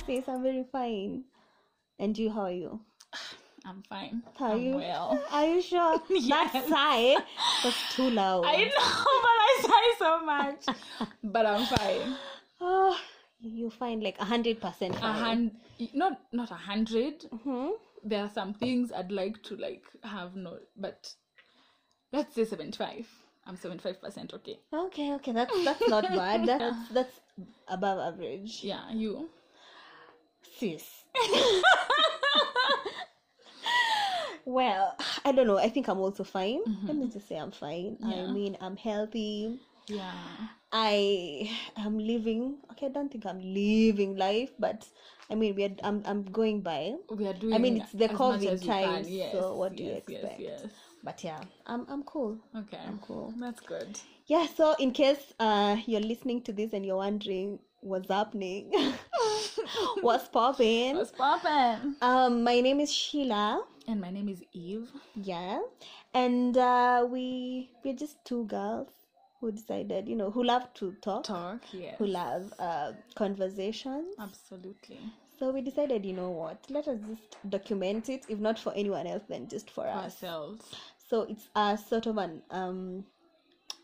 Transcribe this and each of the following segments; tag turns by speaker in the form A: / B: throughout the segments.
A: doing fine. And you, how are you?
B: I'm fine.
A: Are
B: I'm
A: you?
B: well.
A: Are you sure? That
B: Yes.
A: sigh was too loud.
B: I know, but I sigh so much. but I'm fine.
A: Ah, you find like a hundred percent.
B: A hundred, not not a hundred.
A: Mm-hmm.
B: There are some things I'd like to like have no, but let's say seventy-five. I'm seventy-five percent okay.
A: Okay, okay, that's that's not bad. That's that's above average.
B: Yeah, you.
A: Sis. well, I don't know. I think I'm also fine. Let me just say I'm fine. I
B: Mm-hmm. Yeah.
A: mean, I'm healthy.
B: Yeah.
A: I am living. Okay, I don't think I'm living life, but I mean, we are. I'm I'm going by.
B: We are doing.
A: mean, it's the
B: as much
A: COVID
B: as we can.
A: times, so
B: Yes,
A: what do you
B: yes,
A: expect?
B: Yes, yes.
A: But yeah, I'm I'm cool.
B: Okay.
A: I'm cool.
B: That's good.
A: Yeah. So in case uh you're listening to this and you're wondering what's happening, what's popping?
B: What's poppin'?
A: Um, my name is Sheila.
B: And my name is Eve.
A: Yeah, and uh, we we're just two girls who decided, you know, who love to talk,
B: Talk. Yes.
A: who love uh, conversations.
B: Absolutely.
A: So we decided, you know what? Let us just document it, if not for anyone else, then just for us.
B: Ourselves.
A: So it's a sort of an um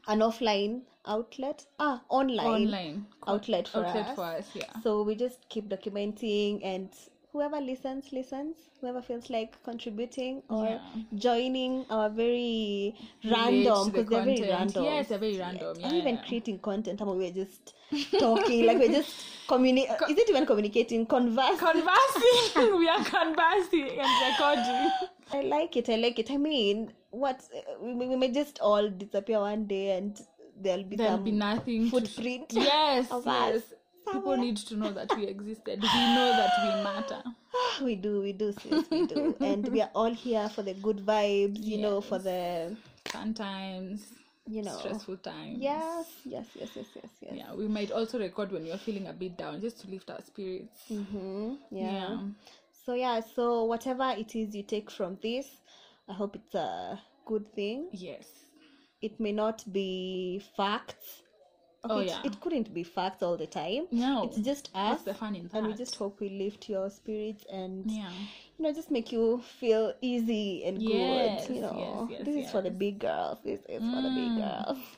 A: an offline outlet, ah, online,
B: Online.
A: outlet for
B: Outlet
A: us.
B: for us. Yeah.
A: So we just keep documenting and. Whoever listens, listens. Whoever feels like contributing or
B: Yeah.
A: joining our very
B: Relate to
A: random,
B: the
A: because they're very
B: content.
A: random.
B: Yes, they're very random,
A: Are we
B: yeah,
A: even
B: yeah.
A: creating content? Or we're just talking, like we're just communicating.
B: Co-
A: Is it even communicating? Converse.
B: conversing. we are conversing and recording.
A: I like it. I like it. I mean, what we, we may just all disappear one day, and there'll be
B: There'll
A: some
B: be nothing. to-
A: Um, footprint.
B: yes.
A: of us
B: Yes. People
A: somewhere.
B: need to know that we existed. We know that we matter.
A: "Ah, we do, we do, sis, we do, and we are all here for the good vibes. You know, for the
B: Fun times,
A: you know.
B: stressful times.
A: Yes, yes, yes, yes, yes, yes.
B: Yeah, we might also record when you're feeling a bit down just to lift our spirits.
A: Mm-hmm. yeah.
B: yeah.
A: So yeah, so whatever it is you take from this, I hope it's a good thing.
B: Yes.
A: It may not be facts. Okay,
B: Oh,
A: it-
B: yeah.
A: it, couldn't be facts all the time.
B: No.
A: It's just us.
B: What's the fun in
A: and we
B: that?
A: just hope we lift your spirits and
B: yeah.
A: you know just make you feel easy and
B: Yes,
A: good. You know,
B: yes, Mm. yes,
A: this is for the big girls. This is for the big girls.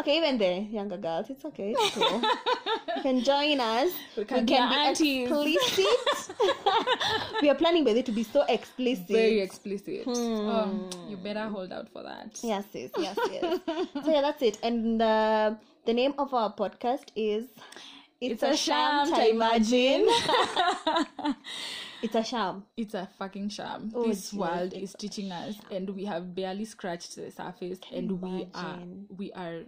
A: Okay, even the younger girls, it's okay. It's cool. you can join us.
B: We can be your aunties.
A: explicit. we are planning by the way to be so explicit.
B: Very explicit.
A: Hmm.
B: Um, you better hold out for that.
A: Yes, yes, yes, yes. so yeah, that's it. And uh, the name of our podcast is
B: It's a sham to
A: it's a sham.
B: It's a fucking sham.
A: Oh,
B: this
A: Jesus,
B: world
A: it's
B: is teaching us, and we have barely scratched the surface, and we are
A: imagine?
B: we are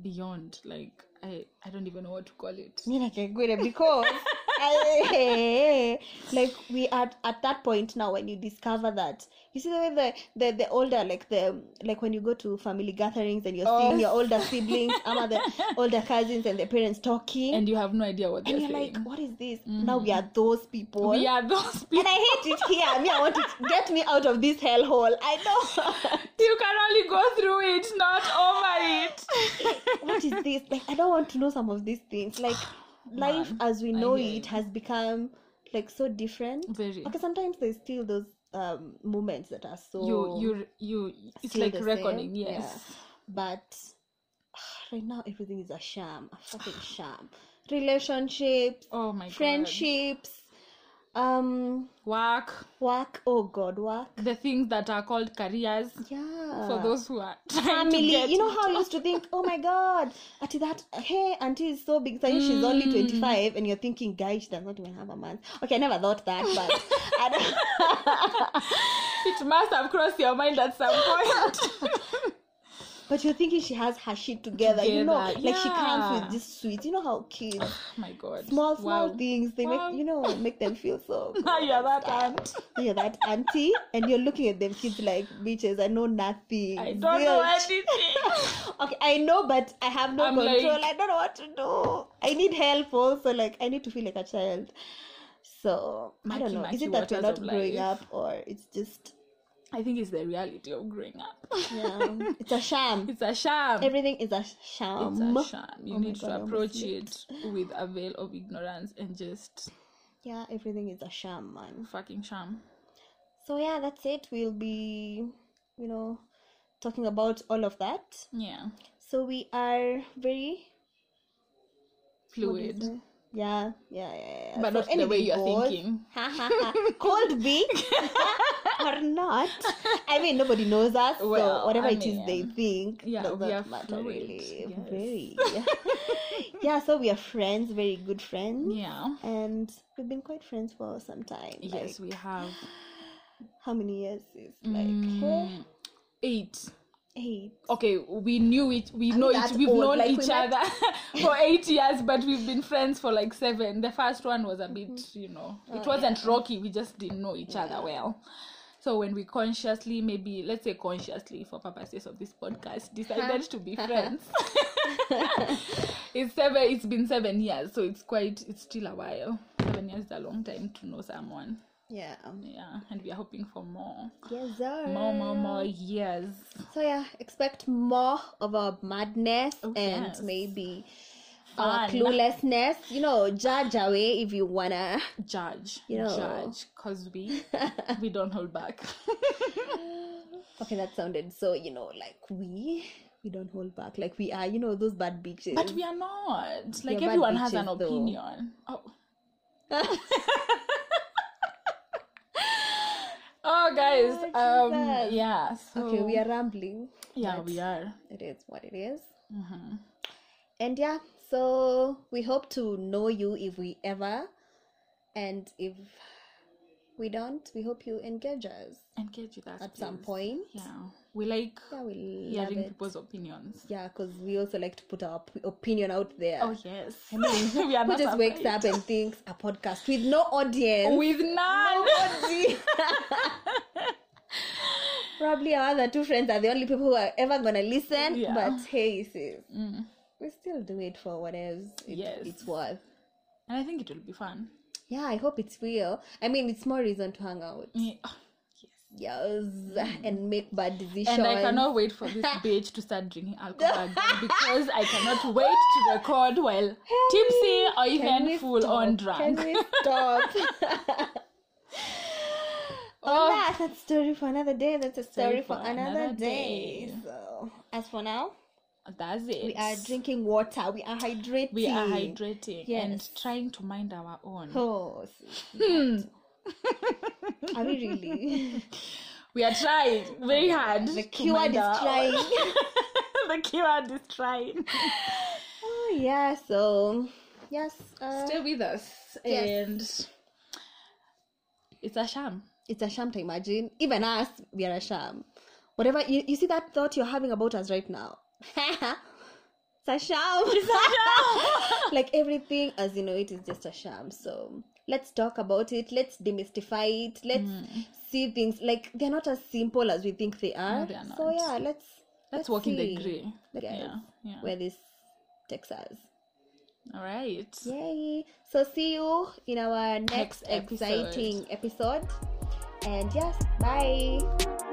B: beyond. Like I, I don't even know what to call it.
A: Nina Kegwira because like we are at that point now when you discover that you see the way the, the the older like the like when you go to family gatherings and you're
B: Oh.
A: seeing your older siblings ama the older cousins and their parents talking and,
B: And you have no idea what they're
A: you're
B: saying.
A: like what is this now we are those people
B: we are those
A: and
B: people.
A: I hate it here me I want to get me out of this hellhole I know
B: You can only go through it, not over it.
A: what is this? Like, I don't want to know some of these things. Like, life as we
B: I Mm-hmm.
A: know
B: hear
A: it has become like so different.
B: Very.
A: Okay, sometimes there's still those um moments that are so.
B: you, you, you. It's
A: still
B: like
A: the same.
B: reckoning.
A: Yeah.
B: Yes.
A: But right now, everything is a sham, a fucking sham. Relationships,
B: Oh my
A: friendships, um,
B: god. Work.
A: work. Oh God, work.
B: The things that are called careers.
A: Yeah.
B: for those who are trying to
A: family
B: get
A: you know
B: it.
A: how i used to think oh my god auntie that hey auntie is so big so she's
B: Mm.
A: only 25 and you're thinking guys she does not even have a month okay i never thought that but I don't...
B: it must have crossed your mind at some point.
A: but you're thinking she has her shit together, you know
B: Together,
A: like she comes
B: yeah.
A: with this sweet you know how kids
B: oh my god.
A: small small
B: Wow.
A: things they
B: Wow.
A: make you know make them feel so
B: Now
A: good
B: you're
A: and
B: that
A: stuff.
B: aunt.
A: Now you're that auntie and you're looking at them kids like bitches i know nothing
B: I don't know
A: Zilch."
B: anything.
A: Okay, I know, but I have no
B: I'm
A: control.
B: like-
A: I don't know what to do. I need help also. Like I need to feel like a child. So I don't know.
B: Maki-maki
A: Is it that we're not
B: waters of
A: growing
B: life.
A: up, or it's just
B: I think it's the reality of growing up.
A: yeah, it's a sham.
B: It's a sham. Um,
A: Everything is a sham.
B: it's a sham. You
A: Oh my
B: need
A: God, I
B: to
A: almost
B: approach it with a veil of ignorance and just
A: yeah, everything is a sham, man.
B: Fucking sham.
A: So yeah, that's it. We'll be, you know, talking about all of that.
B: Yeah.
A: So we are very what do you
B: Fluid.
A: say? Yeah, yeah, yeah, yeah.
B: But not the way
A: anything
B: you're
A: goes.
B: thinking.
A: Ha, ha, ha. Could be or not. I mean, nobody knows us,
B: Well,
A: so whatever
B: I
A: it is they
B: mean,
A: think
B: yeah,
A: does
B: we
A: not
B: are
A: matter
B: fluid,
A: really.
B: yes.
A: Very. yeah, so we are friends, very good friends,
B: Yeah.
A: and we've been quite friends for some time.
B: Yes,
A: like,
B: we have
A: how many years? Is like eh,
B: mm, eight.
A: eight.
B: Okay, we knew it. We
A: Are we
B: know it.
A: that
B: We've
A: old?
B: known
A: Like, we
B: each
A: met-
B: other for eight years, but we've been friends for like seven. The first one was a bit,
A: Mm-hmm.
B: you know, it
A: Oh,
B: wasn't rocky. We just didn't know each other well. So when we consciously, maybe let's say consciously, for purposes of this podcast, decided to
A: Uh-huh.
B: be friends, it's seven. It's been seven years, so it's quite. It's still a while. Seven years is a long time to know someone.
A: Yeah. Um,
B: Yeah, and we are hoping for more,
A: Yes, sir.
B: more, more, more years.
A: So yeah, expect more of our madness
B: Oh,
A: and
B: yes.
A: maybe our
B: Fun.
A: cluelessness. You know, judge away if you wanna.
B: judge
A: You know.
B: judge because we we don't hold back
A: Okay, that sounded so. You know, like we we don't hold back. Like we are. You know, those bad bitches.
B: but we are not like
A: bad
B: everyone has an
A: bitches, though.
B: opinion oh oh guys
A: Ah,
B: um
A: Jesus.
B: yeah so
A: okay, we are rambling.
B: yeah
A: but
B: we are
A: It is what it is.
B: hmm
A: And yeah, so we hope to know you if we ever, and if we don't, we hope you engage us.
B: engage with us
A: At some
B: please.
A: point.
B: yeah we like
A: Yeah, we love
B: hearing
A: it.
B: people's opinions
A: Yeah, because we also like to put our op- opinion out there.
B: oh yes we are
A: Who
B: not
A: just wakes
B: afraid.
A: up and thinks a podcast with no audience?
B: with none
A: Nobody. Probably our other two friends are the only people who are ever gonna listen.
B: Yeah.
A: But hey, sis,
B: Mm.
A: we still do it for whatever it,
B: Yes.
A: it's worth.
B: and i think it will be fun
A: Yeah, I hope it's real. I mean, it's more reason to hang out.
B: Yeah.
A: Yes, and make bad decisions.
B: And I cannot wait for this bitch to start drinking alcohol again because I cannot wait to record while tipsy or
A: Can we
B: even full on
A: stop? Can
B: drunk.
A: we stop? Well,
B: Oh,
A: that's a story for another day. That's a story, for, another, day.
B: day.
A: So, as for now,
B: that's it.
A: we are drinking water. We are hydrating.
B: We are hydrating and
A: Yes.
B: trying to mind our own.
A: Oh, sis, are we really?
B: We are trying very hard.
A: the
B: to
A: keyword
B: mind
A: is
B: our
A: trying.
B: own. the keyword is trying.
A: oh yeah. So, yes. Uh,
B: Stay with us.
A: Yes.
B: And it's a sham.
A: it's a sham to imagine. Even us, we are a sham. Whatever you, you see that thought you're having about us right now. it's a sham. like everything as you know it is just a sham. So let's talk about it. Let's demystify it. Let's
B: Hmm.
A: see things like they're not as simple as we think they are.
B: they are not.
A: So yeah, let's
B: Let's walk in the
A: see,
B: grey.
A: guys,
B: Yeah. Yeah.
A: Where this takes us.
B: All right.
A: Yay! So see you in our
B: Next
A: next,
B: episode.
A: exciting episode. And yes, bye.